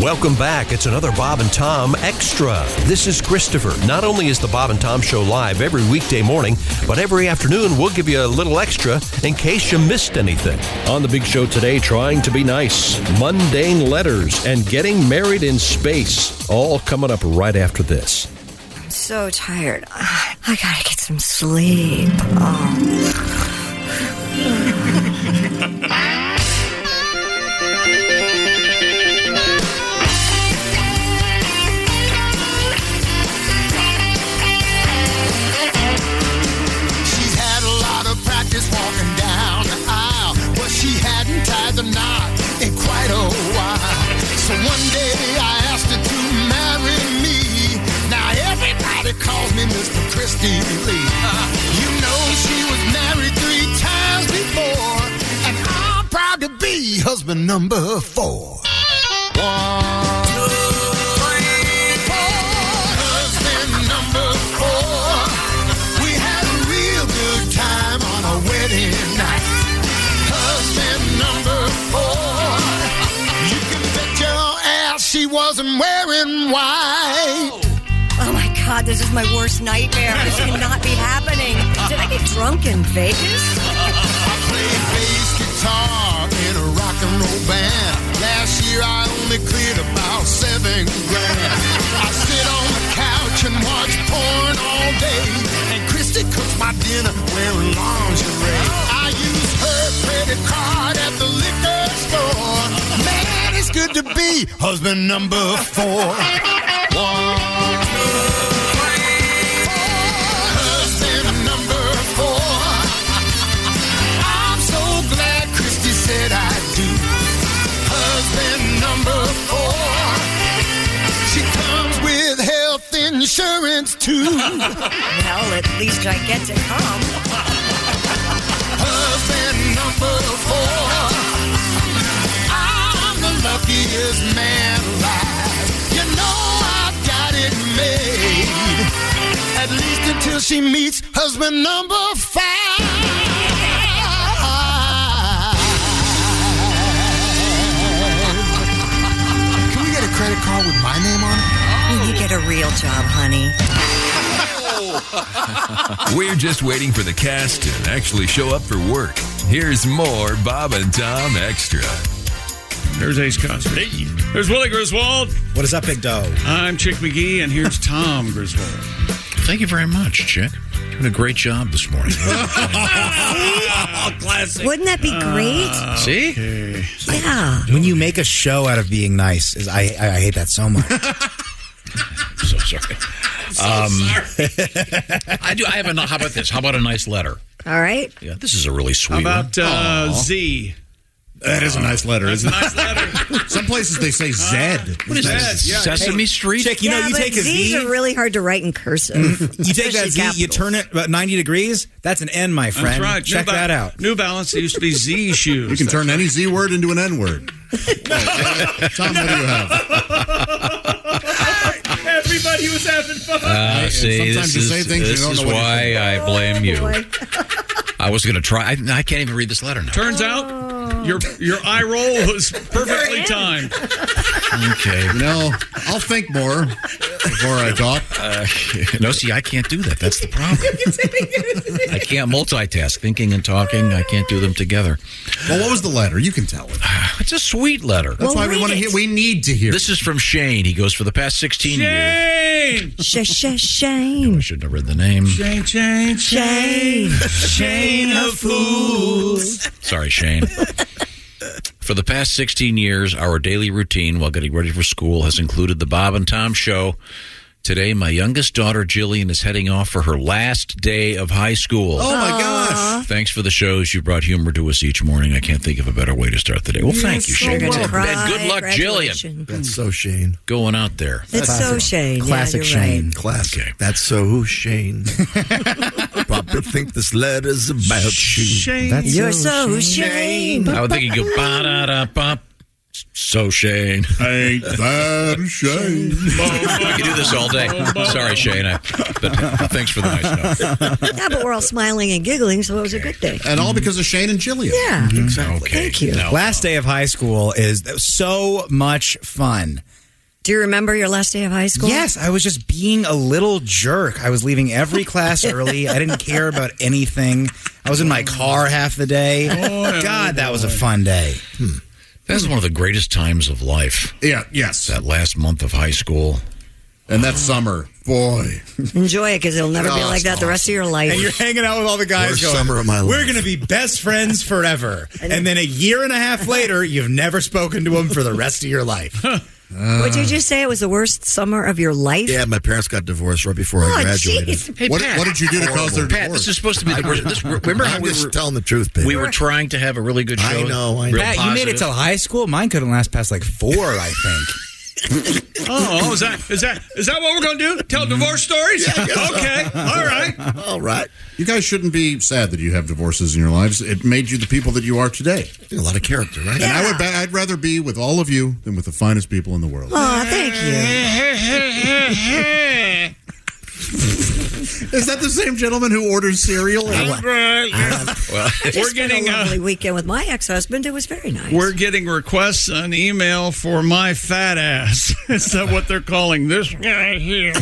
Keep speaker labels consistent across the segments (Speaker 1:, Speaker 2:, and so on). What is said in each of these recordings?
Speaker 1: Welcome back. It's another Bob and Tom Extra. This is Christopher. Not only is the Bob and Tom Show live every weekday morning, but every afternoon we'll give you a little extra in case you missed anything. On the big show today, trying to be nice, mundane letters, and getting married in space. All coming up right after this.
Speaker 2: I'm so tired. Ah, I gotta get some sleep. Oh.
Speaker 3: She's had a lot of practice walking down the aisle, but she hadn't tied the knot in quite a while. So one day I asked her to marry me. Now everybody calls me Mr. Christie Lee. You know she was married three times before, and I'm proud to be husband number four. One, two, three, four. Husband number four. We had a real good time on our wedding night. Husband number four. You can bet your ass she wasn't wearing white.
Speaker 2: Oh my god, this is my worst nightmare. This cannot be happening. Did I get drunk in Vegas?
Speaker 3: I play bass guitar in a rock and roll band. Last year I only cleared about seven grand. I sit on the couch and watch porn all day. And Christy cooks my dinner wearing lingerie. I use her credit card at the liquor store. Man, it's good to be husband number four. One, two, three, four. Husband number four. I'm so glad Christy said I do. Husband number four. She comes with health insurance too.
Speaker 2: Well, at least I get to come.
Speaker 3: Husband number four. I'm the luckiest man alive. You know I've got it made. At least until she meets husband number five. Can we get a credit card with my name on it?
Speaker 2: When you get a real job, honey.
Speaker 4: We're just waiting for the cast to actually show up for work. Here's more Bob and Tom Extra.
Speaker 5: There's Ace Concert. Hey, there's Willie Griswold.
Speaker 6: What is up, Big Doe?
Speaker 5: I'm Chick McGee, and here's Tom Griswold.
Speaker 7: Thank you very much, Chick. Doing a great job this morning.
Speaker 2: Wouldn't that be great?
Speaker 7: See?
Speaker 2: Yeah.
Speaker 6: When you make a show out of being nice, is I I, I hate that so much.
Speaker 7: So sorry. um, I do. I have a. How about this? How about a nice letter?
Speaker 2: All right.
Speaker 7: Yeah, this is a really
Speaker 5: How
Speaker 7: sweet
Speaker 5: about
Speaker 7: one.
Speaker 5: uh,
Speaker 7: Aw.
Speaker 5: Z?
Speaker 8: That is a nice letter,
Speaker 5: That's a
Speaker 8: isn't it?
Speaker 5: nice letter.
Speaker 8: Some places they say Zed.
Speaker 7: What is
Speaker 5: Zed,
Speaker 7: that?
Speaker 5: yeah.
Speaker 7: Sesame Street.
Speaker 6: Chick, you know,
Speaker 2: yeah,
Speaker 6: you
Speaker 2: but
Speaker 6: take a
Speaker 2: Z's
Speaker 6: Z,
Speaker 2: are really hard to write in cursive.
Speaker 6: you take that
Speaker 2: Especially
Speaker 6: Z, you
Speaker 2: capitals.
Speaker 6: turn it about 90 degrees. That's an N, my friend.
Speaker 5: That's right.
Speaker 6: Check
Speaker 5: New Ba-
Speaker 6: that out.
Speaker 5: New Balance it used to be Z shoes.
Speaker 8: You can turn any Z word into an N word. Tom, what do you have?
Speaker 5: Everybody was having fun.
Speaker 7: Uh, see, this
Speaker 8: sometimes you
Speaker 7: is,
Speaker 8: say things you
Speaker 7: this
Speaker 8: don't
Speaker 7: is
Speaker 8: know what
Speaker 7: why
Speaker 8: you're
Speaker 7: I blame you.
Speaker 2: Boy.
Speaker 7: I was going to try. I, I can't even read this letter now.
Speaker 5: Turns out your your eye roll was perfectly timed.
Speaker 7: Okay.
Speaker 8: You know, I'll think more before I talk.
Speaker 7: No, see, I can't do that. That's the problem. I can't multitask. Thinking and talking, I can't do them together.
Speaker 8: Well, what was the letter? You can tell it. That's
Speaker 7: It's a sweet letter.
Speaker 2: Well,
Speaker 8: why we
Speaker 2: read
Speaker 8: want to
Speaker 2: it.
Speaker 8: hear. We need to hear.
Speaker 7: This is from Shane. He goes for the past 16 years.
Speaker 5: Shane,
Speaker 2: Sh- sh- shame.
Speaker 7: I shouldn't have read the name.
Speaker 5: Shane, Shane, Shane, Shane of fools.
Speaker 7: Sorry, Shane. for the past 16 years, our daily routine while getting ready for school has included the Bob and Tom show, Today, my youngest daughter, Jillian, is heading off for her last day of high school.
Speaker 8: Oh, my gosh.
Speaker 7: Thanks for the shows. You brought humor to us each morning. I can't think of a better way to start the day. Well, thank you, Shane.
Speaker 2: You're gonna
Speaker 7: And
Speaker 2: cry
Speaker 7: good luck,
Speaker 2: at graduation.
Speaker 7: Jillian.
Speaker 8: That's so Shane.
Speaker 7: Going out there.
Speaker 2: It's so Shane. Yeah,
Speaker 6: Classic
Speaker 2: you're right.
Speaker 6: Shane.
Speaker 8: Classic. That's so Shane. Papa think this letter's about you. Shane.
Speaker 6: That's
Speaker 2: You're so Shane.
Speaker 7: I would think you go ba da da bop. So Shane,
Speaker 8: Ain't that Shane?
Speaker 7: I could do this all day. Sorry, Shane. I, but thanks for the nice note.
Speaker 2: Yeah, but we're all smiling and giggling, so it was a good day.
Speaker 8: And all because of Shane and Jillian.
Speaker 2: Yeah.
Speaker 6: Mm-hmm.
Speaker 7: Okay.
Speaker 2: Thank you.
Speaker 7: No.
Speaker 6: Last day of high school is so much fun.
Speaker 2: Do you remember your last day of high school?
Speaker 6: Yes, I was just being a little jerk. I was leaving every class early. I didn't care about anything. I was in my car half the day. God, that was a fun day.
Speaker 7: That's one of the greatest times of life.
Speaker 8: Yeah, yes.
Speaker 7: That last month of high school.
Speaker 8: And that summer. Boy.
Speaker 2: Enjoy it because it'll never
Speaker 8: Oh,
Speaker 2: be like that the rest of your life.
Speaker 6: And you're hanging out with all the guys
Speaker 8: Worst
Speaker 6: going,
Speaker 8: summer of my
Speaker 6: we're
Speaker 8: life."
Speaker 6: going to be best friends forever. and then a year and a half later, you've never spoken to them for the rest of your life.
Speaker 2: Would you just say it was the worst summer of your life?
Speaker 8: Yeah, my parents got divorced right before
Speaker 2: Oh,
Speaker 8: I graduated.
Speaker 2: jeez.
Speaker 8: what, what did you do to cause their
Speaker 7: Pat,
Speaker 8: divorce?
Speaker 7: this is supposed to be the worst. This, remember how
Speaker 8: I'm
Speaker 7: we
Speaker 8: just
Speaker 7: were,
Speaker 8: telling the truth, baby.
Speaker 7: we were trying to have a really good show?
Speaker 8: I know, I know.
Speaker 7: Real
Speaker 6: Pat, you made
Speaker 7: positive?
Speaker 6: it till high school. Mine couldn't last past like four, I think.
Speaker 5: Oh, is that is that is that what we're going to do? Tell divorce stories? okay, all right.
Speaker 8: All right. You guys shouldn't be sad that you have divorces in your lives. It made you the people that you are today. A lot of character, right? And I would, ba- I'd rather be with all of you than with the finest people in the world.
Speaker 2: Oh, thank you.
Speaker 8: Is that the same gentleman who orders cereal?
Speaker 5: we're
Speaker 2: Just spent
Speaker 5: getting
Speaker 2: a lovely
Speaker 5: uh,
Speaker 2: weekend with my ex-husband. It was very nice.
Speaker 5: we're getting requests on email for my fat ass. is that what they're calling this guy here?
Speaker 7: Is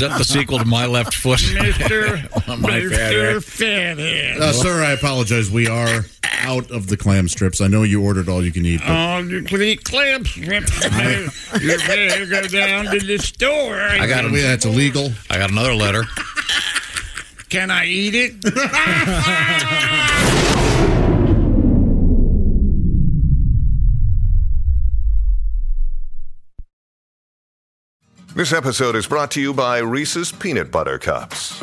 Speaker 7: that the sequel to My Left Foot? Oh,
Speaker 5: Mister
Speaker 7: My bad,
Speaker 5: Mister
Speaker 7: right?
Speaker 5: Fat Ass.
Speaker 8: Uh, sir, I apologize. We are out of the clam strips. I know you ordered all you can eat. But
Speaker 5: Oh, you can eat clam strips. man. You better go down to the store.
Speaker 7: I got
Speaker 8: we,
Speaker 7: an,
Speaker 8: that's illegal.
Speaker 7: I got another letter.
Speaker 5: Can I eat it?
Speaker 9: This episode is brought to you by Reese's Peanut Butter Cups.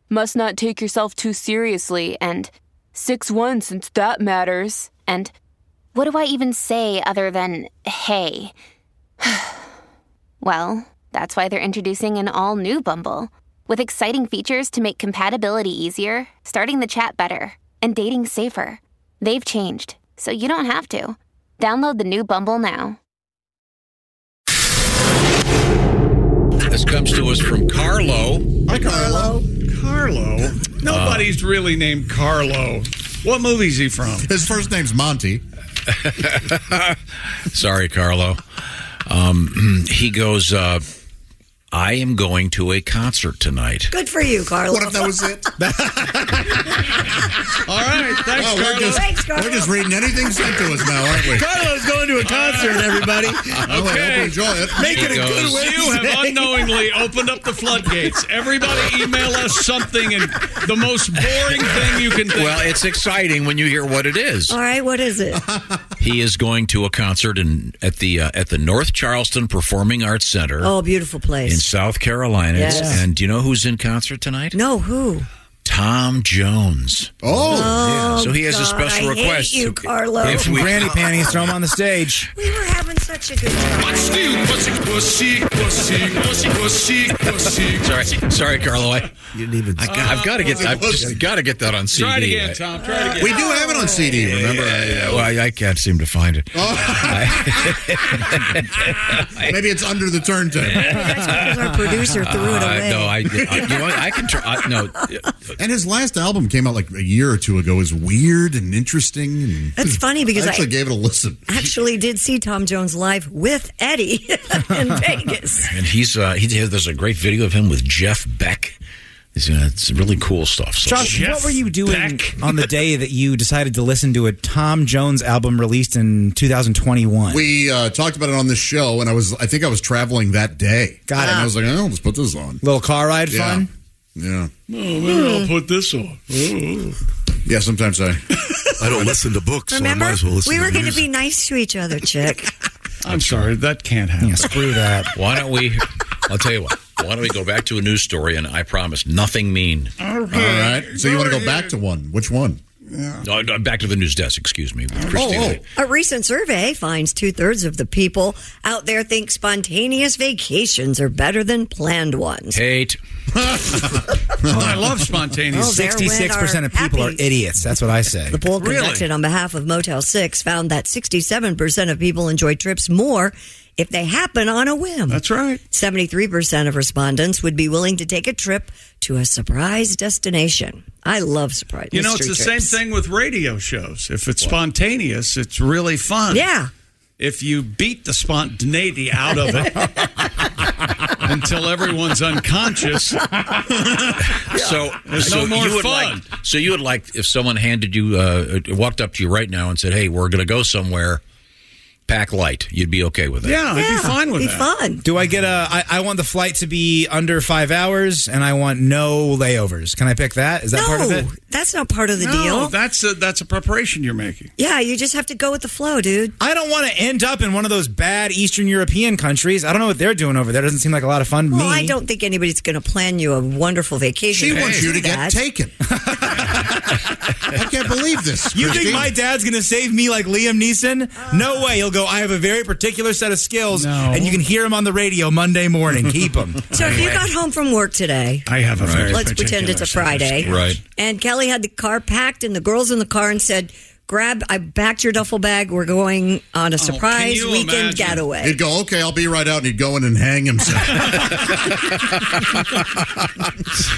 Speaker 10: must not take yourself too seriously and 6 1 since that matters. And what do I even say other than hey? well, that's why they're introducing an all new Bumble with exciting features to make compatibility easier, starting the chat better, and dating safer. They've changed, so you don't have to. Download the new Bumble now.
Speaker 7: This comes to us from Carlo.
Speaker 8: Hi, Carlo.
Speaker 5: Carlo? Nobody's really named Carlo. What movie's he from?
Speaker 8: His first name's Monty.
Speaker 7: Sorry, Carlo. Um, he goes, uh, I am going to a concert tonight.
Speaker 2: Good for you, Carla.
Speaker 8: What if that was it?
Speaker 5: All right, thanks,
Speaker 8: Oh,
Speaker 5: Carlo.
Speaker 8: we're just,
Speaker 2: Thanks, Carlo.
Speaker 8: we're just reading anything sent to us now, aren't we?
Speaker 5: Carlo's going to a concert, everybody.
Speaker 8: Oh, I hope you
Speaker 5: Okay.
Speaker 8: enjoy it.
Speaker 7: Make it a good Goes.
Speaker 5: You have unknowingly opened up the floodgates. Everybody email us something and the most boring thing you can think
Speaker 7: Well, it's exciting when you hear what it is.
Speaker 2: All right, what is it?
Speaker 8: Uh-huh.
Speaker 7: He is going to a concert in at the uh, at the North Charleston Performing Arts Center
Speaker 2: Oh, beautiful
Speaker 7: in
Speaker 2: place.
Speaker 7: South Carolina. It's-
Speaker 2: Yes.
Speaker 7: And do you know who's in concert tonight?
Speaker 2: No, who?
Speaker 7: Tom Jones.
Speaker 8: Oh,
Speaker 7: so he has a
Speaker 2: God,
Speaker 7: special
Speaker 2: I hate
Speaker 7: request.
Speaker 2: you, Carlo.
Speaker 7: If we,
Speaker 6: Granny panties, throw them on the stage.
Speaker 2: We were having such a good time.
Speaker 7: sorry, sorry, Carlo. I, I got, I've got to get. I've just got to get that on CD.
Speaker 5: Try it again, Tom. Try it again.
Speaker 8: we do have it on CD, remember?
Speaker 7: Yeah, well, I, I can't seem to find it.
Speaker 8: Maybe it's under the turntable.
Speaker 2: That's because our producer threw it
Speaker 7: Uh,
Speaker 2: away.
Speaker 7: no, I, I- you know what? I can try. I, no,
Speaker 8: And his last album came out like a year or two ago. is weird and interesting. And
Speaker 2: That's
Speaker 11: Hmm.
Speaker 2: funny because
Speaker 8: I actually
Speaker 2: I-
Speaker 8: gave it a listen.
Speaker 2: Actually, did see Tom Jones live with Eddie in Vegas.
Speaker 7: And he's uh, he did, there's a great video of him with Jeff Beck. He's, uh, it's really cool stuff. So-
Speaker 6: Josh, what were you doing on the day that you decided to listen to a Tom Jones album released in 2021?
Speaker 8: We uh, talked about it on this show, and I was I think I was traveling that day.
Speaker 6: Got it.
Speaker 8: And I was like, oh, let's put this on.
Speaker 6: Little car ride
Speaker 8: Yeah.
Speaker 6: fun.
Speaker 8: Yeah.
Speaker 5: Oh, I'll put this on.
Speaker 8: Yeah, sometimes I.
Speaker 11: I don't listen to books, so
Speaker 2: Remember,
Speaker 11: I might as well listen
Speaker 2: we
Speaker 11: to
Speaker 2: were going to
Speaker 11: music.
Speaker 2: be nice to each other, chick.
Speaker 5: I'm sorry, that can't happen.
Speaker 6: screw that.
Speaker 7: Why don't we? I'll tell you what. Why don't we go back to a news story? And I promise, nothing mean.
Speaker 8: All right. So you want to go back to one? Which one?
Speaker 7: No, no, back to the news desk. Excuse me,
Speaker 6: Oh,
Speaker 7: Christina.
Speaker 2: A recent survey finds two thirds of the people out there think spontaneous vacations are better than planned ones.
Speaker 7: Hate.
Speaker 5: I love spontaneous.
Speaker 2: Oh, there went
Speaker 6: 66% of
Speaker 2: our
Speaker 6: people are
Speaker 2: happies.
Speaker 6: idiots. That's what I say. The
Speaker 2: poll conducted on behalf of Motel 6 found that 67% of people enjoy trips more if they happen on a whim. That's
Speaker 5: right.
Speaker 2: 73% of respondents would be willing to take a trip to a surprise destination. I love surprise.
Speaker 5: You know, it's
Speaker 2: mystery
Speaker 5: the same
Speaker 2: trips.
Speaker 5: thing with radio shows. If it's spontaneous, it's really fun.
Speaker 2: Yeah.
Speaker 5: If you beat the spontaneity out of it until everyone's unconscious,
Speaker 7: So,
Speaker 5: There's
Speaker 7: so
Speaker 5: no more
Speaker 7: you would
Speaker 5: fun.
Speaker 7: like. So you would like if someone handed you, uh, walked up to you right now and said, "Hey, we're going to go somewhere. Pack light." You'd be okay with it.
Speaker 2: be fun.
Speaker 6: Do I get a? I, I want the flight to be under five hours, and I want no layovers. Can I pick that? Is that part of it?
Speaker 2: That's not part of the
Speaker 5: no,
Speaker 2: deal.
Speaker 5: That's a, that's a preparation you're making.
Speaker 2: Yeah, you just have to go with the flow, dude.
Speaker 6: I don't want to end up in one of those bad Eastern European countries. I don't know what they're doing over there. doesn't seem like a lot of fun. to
Speaker 2: Well,
Speaker 6: me.
Speaker 2: I don't think anybody's going to plan you a wonderful vacation.
Speaker 6: She
Speaker 2: if
Speaker 6: wants
Speaker 2: do
Speaker 6: you to get
Speaker 2: that.
Speaker 8: taken. I can't believe this.
Speaker 6: You think
Speaker 8: Christine.
Speaker 6: my dad's going to save me like Liam Neeson? No way. He'll go, I have a very particular set of skills, and you can hear him on the radio Monday morning. Keep him.
Speaker 2: So if you got home from work today,
Speaker 5: I have a very
Speaker 2: let's pretend it's a Friday,
Speaker 6: Right.
Speaker 2: And Kelly had the car packed, and the girls in the car, and said, "Grab, I packed your duffel bag. We're going on a surprise weekend getaway."
Speaker 8: He'd go, okay, I'll be right out, and he'd go in and hang himself.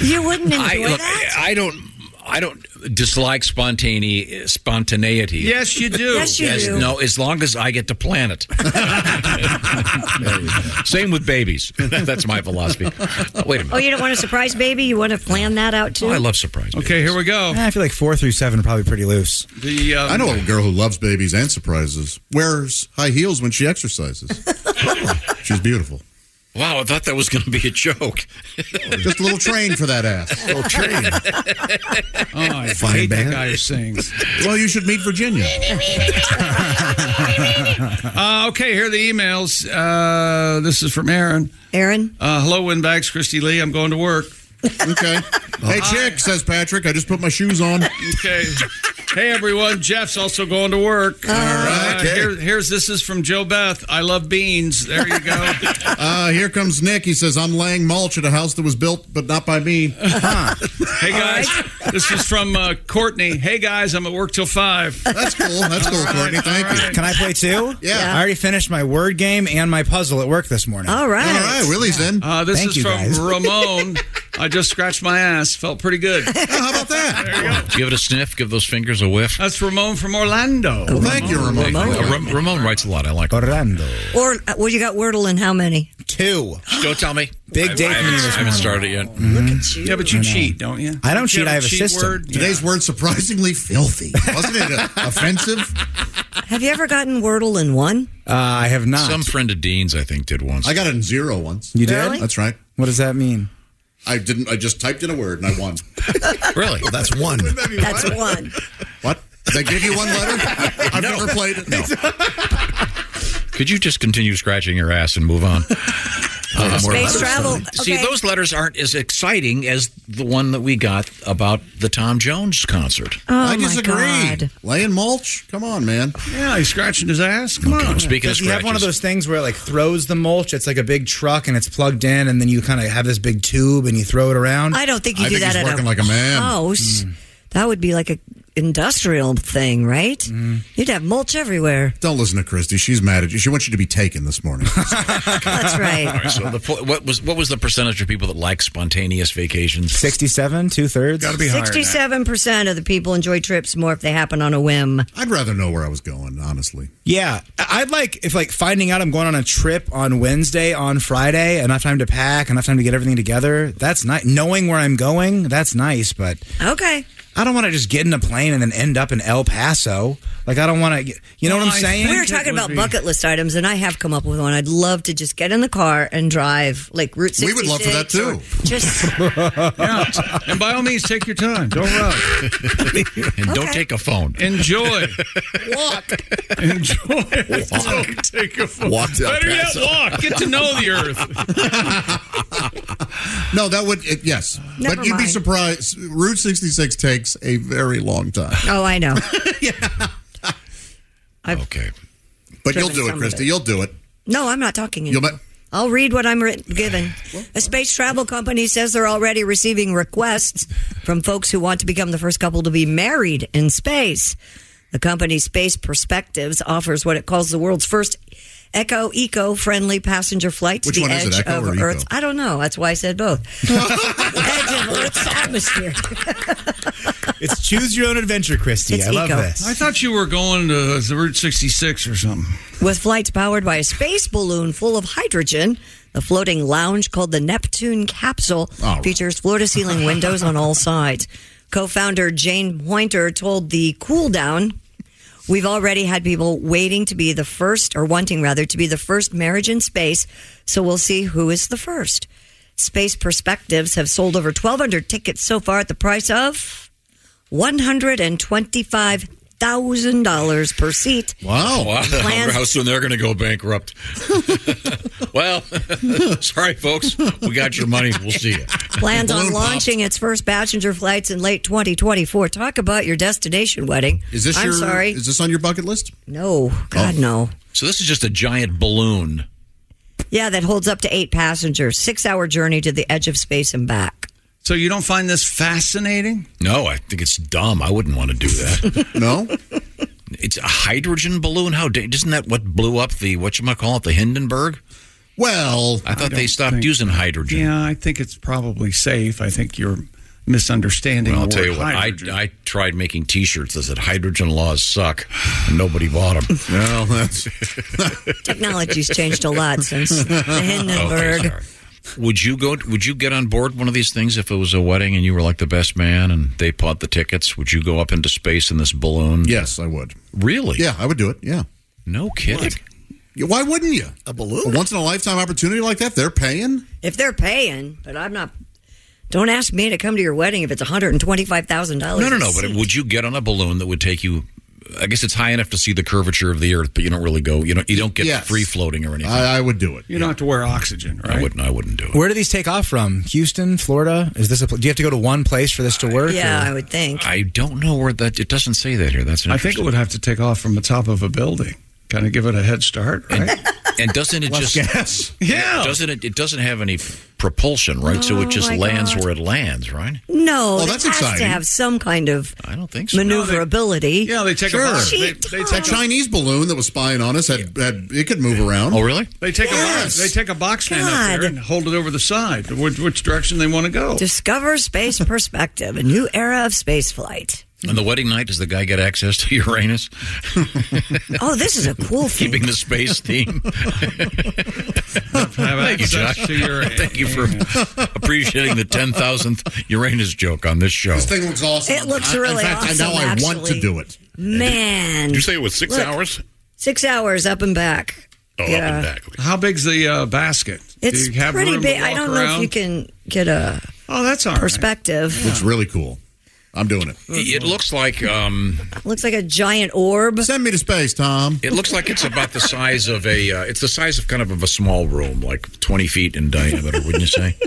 Speaker 2: you wouldn't enjoy
Speaker 7: I, look,
Speaker 2: that.
Speaker 7: I don't. I don't dislike spontane spontaneity.
Speaker 5: Yes, you do. Yes, you do.
Speaker 7: No, as long as I get to plan it. Same with babies. That's my philosophy. Wait a minute. Oh,
Speaker 2: Oh, you don't want a surprise baby? You want to plan that out too?
Speaker 7: I love surprise.
Speaker 5: Okay, here we go.
Speaker 6: I feel like four through seven are probably pretty loose.
Speaker 5: The um,
Speaker 8: I know a girl who loves babies and surprises. Wears high heels when she exercises. She's beautiful.
Speaker 7: Wow, I thought that was going to be a joke.
Speaker 8: Just a little train for that ass. little train.
Speaker 5: Oh, I
Speaker 8: Fine
Speaker 5: hate
Speaker 8: band.
Speaker 5: that guy who sings.
Speaker 8: Well, you should meet Virginia.
Speaker 5: Uh, okay, here are the emails. Uh, this is from Aaron.
Speaker 2: Aaron.
Speaker 5: Uh, hello, windbags. Christy Lee. I'm going to work.
Speaker 8: Okay. hey, chick, says Patrick. I just put my shoes on.
Speaker 5: Okay. Hey everyone, Jeff's also going to work.
Speaker 6: Oh.
Speaker 5: All right.
Speaker 8: okay.
Speaker 5: here, here's this is from Joe Beth. I love beans. There you go.
Speaker 8: Uh, here comes Nick. He says, I'm laying mulch at a house that was built, but not by me.
Speaker 5: hey guys, this is from uh, Courtney. Hey guys, I'm at work till five.
Speaker 8: That's cool. That's cool, Courtney. Thank you.
Speaker 6: Can I play two?
Speaker 8: Yeah.
Speaker 6: I already finished my word game and my puzzle at work this morning.
Speaker 2: All right.
Speaker 8: All right, Uh-huh. Willie's in.
Speaker 5: Uh, this
Speaker 6: Thank
Speaker 5: is
Speaker 6: you,
Speaker 5: from
Speaker 6: guys.
Speaker 5: Ramon. I just scratched my ass. Felt pretty good.
Speaker 8: how about that?
Speaker 7: Give it a sniff. Give those fingers a whiff.
Speaker 5: That's Ramon from Orlando.
Speaker 8: Well, thank you, Ramon.
Speaker 7: Ramon, Ramon writes a lot. I like him.
Speaker 6: Orlando.
Speaker 2: Or uh, well, you got Wordle and how many?
Speaker 6: Two.
Speaker 7: Don't tell me.
Speaker 6: Big day
Speaker 7: I
Speaker 6: for me
Speaker 7: haven't, I
Speaker 6: this
Speaker 7: haven't
Speaker 6: morning.
Speaker 7: started yet.
Speaker 5: Yeah, but you cheat, don't you?
Speaker 6: I don't cheat.
Speaker 5: have
Speaker 6: I have a
Speaker 5: cheat
Speaker 6: system.
Speaker 5: word?
Speaker 8: Today's word surprisingly filthy. Wasn't it uh, offensive?
Speaker 2: Have you ever gotten Wordle in one?
Speaker 6: Uh, I have not.
Speaker 7: Some friend of Dean's, I think, did once.
Speaker 8: I got it in zero once.
Speaker 6: you did?
Speaker 2: Really?
Speaker 8: That's right.
Speaker 6: What does that mean?
Speaker 8: I didn't. I just typed in a word and I won.
Speaker 7: really?
Speaker 11: Well, that's one.
Speaker 2: That's one.
Speaker 8: What? Did I give you one letter? I've never played it. No.
Speaker 7: Could you just continue scratching your ass and move on? Uh,
Speaker 11: More
Speaker 2: Space
Speaker 11: letters
Speaker 2: travel.
Speaker 11: than
Speaker 7: See,
Speaker 2: Okay.
Speaker 7: those letters aren't as exciting as the one that we got about the Tom Jones concert.
Speaker 2: Oh
Speaker 8: I
Speaker 2: my
Speaker 8: disagree.
Speaker 2: God.
Speaker 8: Laying mulch? Come on, man.
Speaker 5: Yeah, he's scratching his ass. Come on.
Speaker 7: Speaking of
Speaker 6: Does he have one of
Speaker 7: scratches,
Speaker 6: those things where it like throws the mulch? It's like a big truck and it's plugged in, and then you kind of have this big tube and you throw it around.
Speaker 2: I don't think you
Speaker 8: I
Speaker 2: do
Speaker 8: think
Speaker 2: that
Speaker 8: he's
Speaker 2: at
Speaker 8: working
Speaker 2: a
Speaker 8: like a man.
Speaker 2: house. That would be like a industrial thing, right? You'd have mulch everywhere.
Speaker 8: Don't listen to Christy. She's mad at you. She wants you to be taken this morning.
Speaker 2: That's right.
Speaker 7: All right, so the, po- what was what was the percentage of people that like spontaneous vacations?
Speaker 6: Sixty-seven, two thirds.
Speaker 7: Gotta
Speaker 2: Sixty-seven percent of the people enjoy trips more if they happen on a whim.
Speaker 8: I'd rather know where I was going, honestly.
Speaker 6: Yeah, I- I'd like if like finding out I'm going on a trip on Wednesday, on Friday, enough time to pack, enough time to get everything together. That's nice. Knowing where I'm going, that's nice. But
Speaker 2: okay,
Speaker 6: I don't want to just get in a plane and then end up in El Paso. Like I don't want to. You know what I'm saying?
Speaker 2: We were talking about bucket list items, and I have come up with one. I'd love to just get in the car and drive, like Route 66.
Speaker 5: We would love for that,
Speaker 2: or
Speaker 5: too.
Speaker 2: Just
Speaker 5: Yeah. And by all means, take your time. Don't rush.
Speaker 7: and don't take a phone.
Speaker 5: Enjoy.
Speaker 2: walk.
Speaker 5: Enjoy. Don't take a phone.
Speaker 8: Walk to El
Speaker 5: Better yet,
Speaker 8: Paso.
Speaker 5: walk. Get to know the earth.
Speaker 8: No, that would it, yes,
Speaker 2: Never
Speaker 8: but you'd be
Speaker 2: mind.
Speaker 8: surprised. Route 66 takes a very long time.
Speaker 2: Oh, I know.
Speaker 7: okay,
Speaker 8: but you'll
Speaker 2: driven some
Speaker 8: do it,
Speaker 2: of
Speaker 8: Christy.
Speaker 2: it.
Speaker 8: You'll do it.
Speaker 2: No, I'm not talking.
Speaker 8: You'll
Speaker 2: anymore. I'll read what I'm writ- given. A space travel company says they're already receiving requests from folks who want to become the first couple to be married in space. The company Space Perspectives offers what it calls the world's first eco eco friendly passenger flight to
Speaker 8: Which
Speaker 2: the
Speaker 8: one is
Speaker 2: edge
Speaker 8: it, eco
Speaker 2: of
Speaker 8: or eco?
Speaker 2: Earth's. I don't know. That's why I said both. edge of Earth's atmosphere.
Speaker 6: It's choose your own adventure, Christy.
Speaker 2: It's
Speaker 6: I love
Speaker 2: eco.
Speaker 6: this.
Speaker 5: I thought you were going to the Route 66 or something.
Speaker 2: With flights powered by a space balloon full of hydrogen, the floating lounge called the Neptune Capsule
Speaker 12: All right.
Speaker 2: features floor to ceiling windows on all sides. Co founder Jane Pointer told the cool down. We've already had people waiting to be the first, or wanting rather, to be the first marriage in space, so we'll see who is the first. Space Perspectives have sold over 1,200 tickets so far at the price of $125,000 per seat.
Speaker 7: Wow. I don't
Speaker 2: Plans-
Speaker 7: know how soon they're going to go bankrupt. well, sorry, folks. We got your money. We'll see you.
Speaker 2: plans on launching its first passenger flights in late 2024. Talk about your destination wedding.
Speaker 7: Is this
Speaker 2: I'm
Speaker 7: your-
Speaker 2: sorry.
Speaker 7: is Oh.
Speaker 8: this on your bucket list?
Speaker 2: No, God no.
Speaker 7: So this is just a giant balloon.
Speaker 2: Yeah, that holds up to eight passengers. Six hour journey to the edge of space and back.
Speaker 5: So you don't find this fascinating?
Speaker 7: No, I think it's dumb. I wouldn't want to do that.
Speaker 8: no.
Speaker 7: It's a hydrogen balloon. How da- isn't that what blew up the what you might call it the Hindenburg?
Speaker 8: Well,
Speaker 7: I thought they
Speaker 5: don't
Speaker 7: stopped
Speaker 5: think-
Speaker 7: using hydrogen.
Speaker 5: Yeah, I think it's probably safe. I think you're misunderstanding.
Speaker 7: Well, I'll
Speaker 5: the
Speaker 7: tell
Speaker 5: word
Speaker 7: you what. I,
Speaker 5: hydrogen.
Speaker 7: I tried making T-shirts that said "Hydrogen laws suck," and nobody bought them.
Speaker 8: Well, that's
Speaker 2: Technology's changed a lot since the Hindenburg.
Speaker 7: Okay, sorry. would you go? Would you get on board one of these things if it was a wedding and you were like the best man and they bought the tickets? Would you go up into space in this balloon?
Speaker 8: Yes, I would.
Speaker 7: Really?
Speaker 8: Yeah, I would do it. Yeah.
Speaker 7: No kidding.
Speaker 8: Yeah, Why wouldn't you? A balloon? A once in a lifetime opportunity like that? They're paying?
Speaker 2: If they're paying, but I'm not. Don't ask me to come to your wedding if it's $125,000.
Speaker 7: No, no, no. But would you get on a balloon that would take you? I guess it's high enough to see the curvature of the Earth, but you don't really go. You don't. You don't get
Speaker 5: Yes.
Speaker 7: free floating or anything.
Speaker 8: I, I would do it.
Speaker 5: You don't have to wear oxygen, right?
Speaker 7: I wouldn't. I wouldn't do it.
Speaker 6: Where do these take off from? Houston, Florida? Is this a? pl- Do you have to go to one place for this to work? or-
Speaker 2: would think.
Speaker 7: I don't know where that. It doesn't say that here. That's. An
Speaker 5: I think it would have to take off from the top of a building. Kind of give it a head start, right?
Speaker 7: And doesn't it
Speaker 5: Less
Speaker 7: just Yeah. Doesn't it it doesn't have any propulsion, right? so it just
Speaker 2: my
Speaker 7: lands
Speaker 2: God.
Speaker 7: where it lands, right?
Speaker 2: No,
Speaker 7: Well,
Speaker 2: it
Speaker 7: Oh, that's
Speaker 2: has to
Speaker 7: exciting.
Speaker 2: have some kind of I
Speaker 7: don't think
Speaker 8: so.
Speaker 2: maneuverability.
Speaker 5: yeah, they take a
Speaker 8: Sure.
Speaker 5: bus.
Speaker 8: She
Speaker 5: They, they
Speaker 8: That
Speaker 5: take a
Speaker 8: Chinese balloon that was spying on us, had, had it could move around. Oh,
Speaker 7: really?
Speaker 5: They take a box. They take a box man up there and hold it over the side, which, which direction they want to go.
Speaker 2: Discover space perspective, a new era of space flight.
Speaker 7: On the wedding night, does the guy get access to Uranus?
Speaker 2: Oh, this is a cool thing.
Speaker 7: Keeping the space theme. Thank you,
Speaker 5: access
Speaker 7: Josh.
Speaker 5: to Uranus.
Speaker 7: Thank you for appreciating the ten thousandth Uranus joke on this show.
Speaker 8: This thing looks awesome.
Speaker 2: It looks
Speaker 8: I-
Speaker 2: really
Speaker 8: In fact,
Speaker 2: awesome,
Speaker 8: now I want to
Speaker 2: actually.
Speaker 8: do it.
Speaker 2: Man.
Speaker 7: Did you say it was six
Speaker 2: Look,
Speaker 7: hours? Oh,
Speaker 2: Six hours up and back.
Speaker 5: How big's the uh, basket? Do
Speaker 2: It's
Speaker 5: you have
Speaker 2: pretty
Speaker 5: room to
Speaker 2: big. I
Speaker 5: walk
Speaker 2: don't know if
Speaker 5: around?
Speaker 2: you can get a
Speaker 5: oh, that's all right.
Speaker 2: perspective.
Speaker 8: It's really cool. I'm doing it.
Speaker 7: It looks like um,
Speaker 2: Looks like a giant orb.
Speaker 8: Send me to space, Tom.
Speaker 7: it looks like it's about the size of a. Uh, it's the size of kind of, of a small room, like twenty feet in diameter. Wouldn't you say?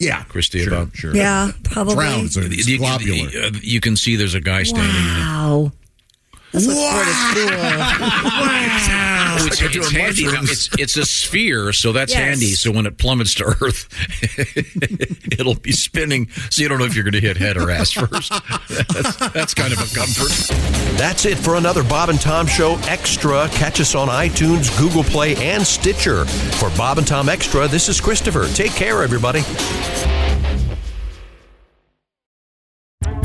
Speaker 8: Yeah,
Speaker 7: Christy. about sure.
Speaker 2: Yeah, probably.
Speaker 8: uh,
Speaker 7: uh, You, you- you can see there's a guy standing.
Speaker 2: Wow. That's what sport is cool.
Speaker 7: Oh,
Speaker 2: It's
Speaker 7: it's,
Speaker 2: like
Speaker 7: it's
Speaker 2: doing
Speaker 7: handy.
Speaker 2: mushrooms.
Speaker 7: It's, it's a sphere, so that's
Speaker 2: Yes.
Speaker 7: handy. So when it plummets to Earth, it'll be spinning. So you don't know if you're going to hit head or ass first. That's, that's kind of a comfort.
Speaker 13: That's it for another Bob and Tom Show Extra. Catch us on iTunes, Google Play, and Stitcher. For Bob and Tom Extra, this is Christopher. Take care, everybody.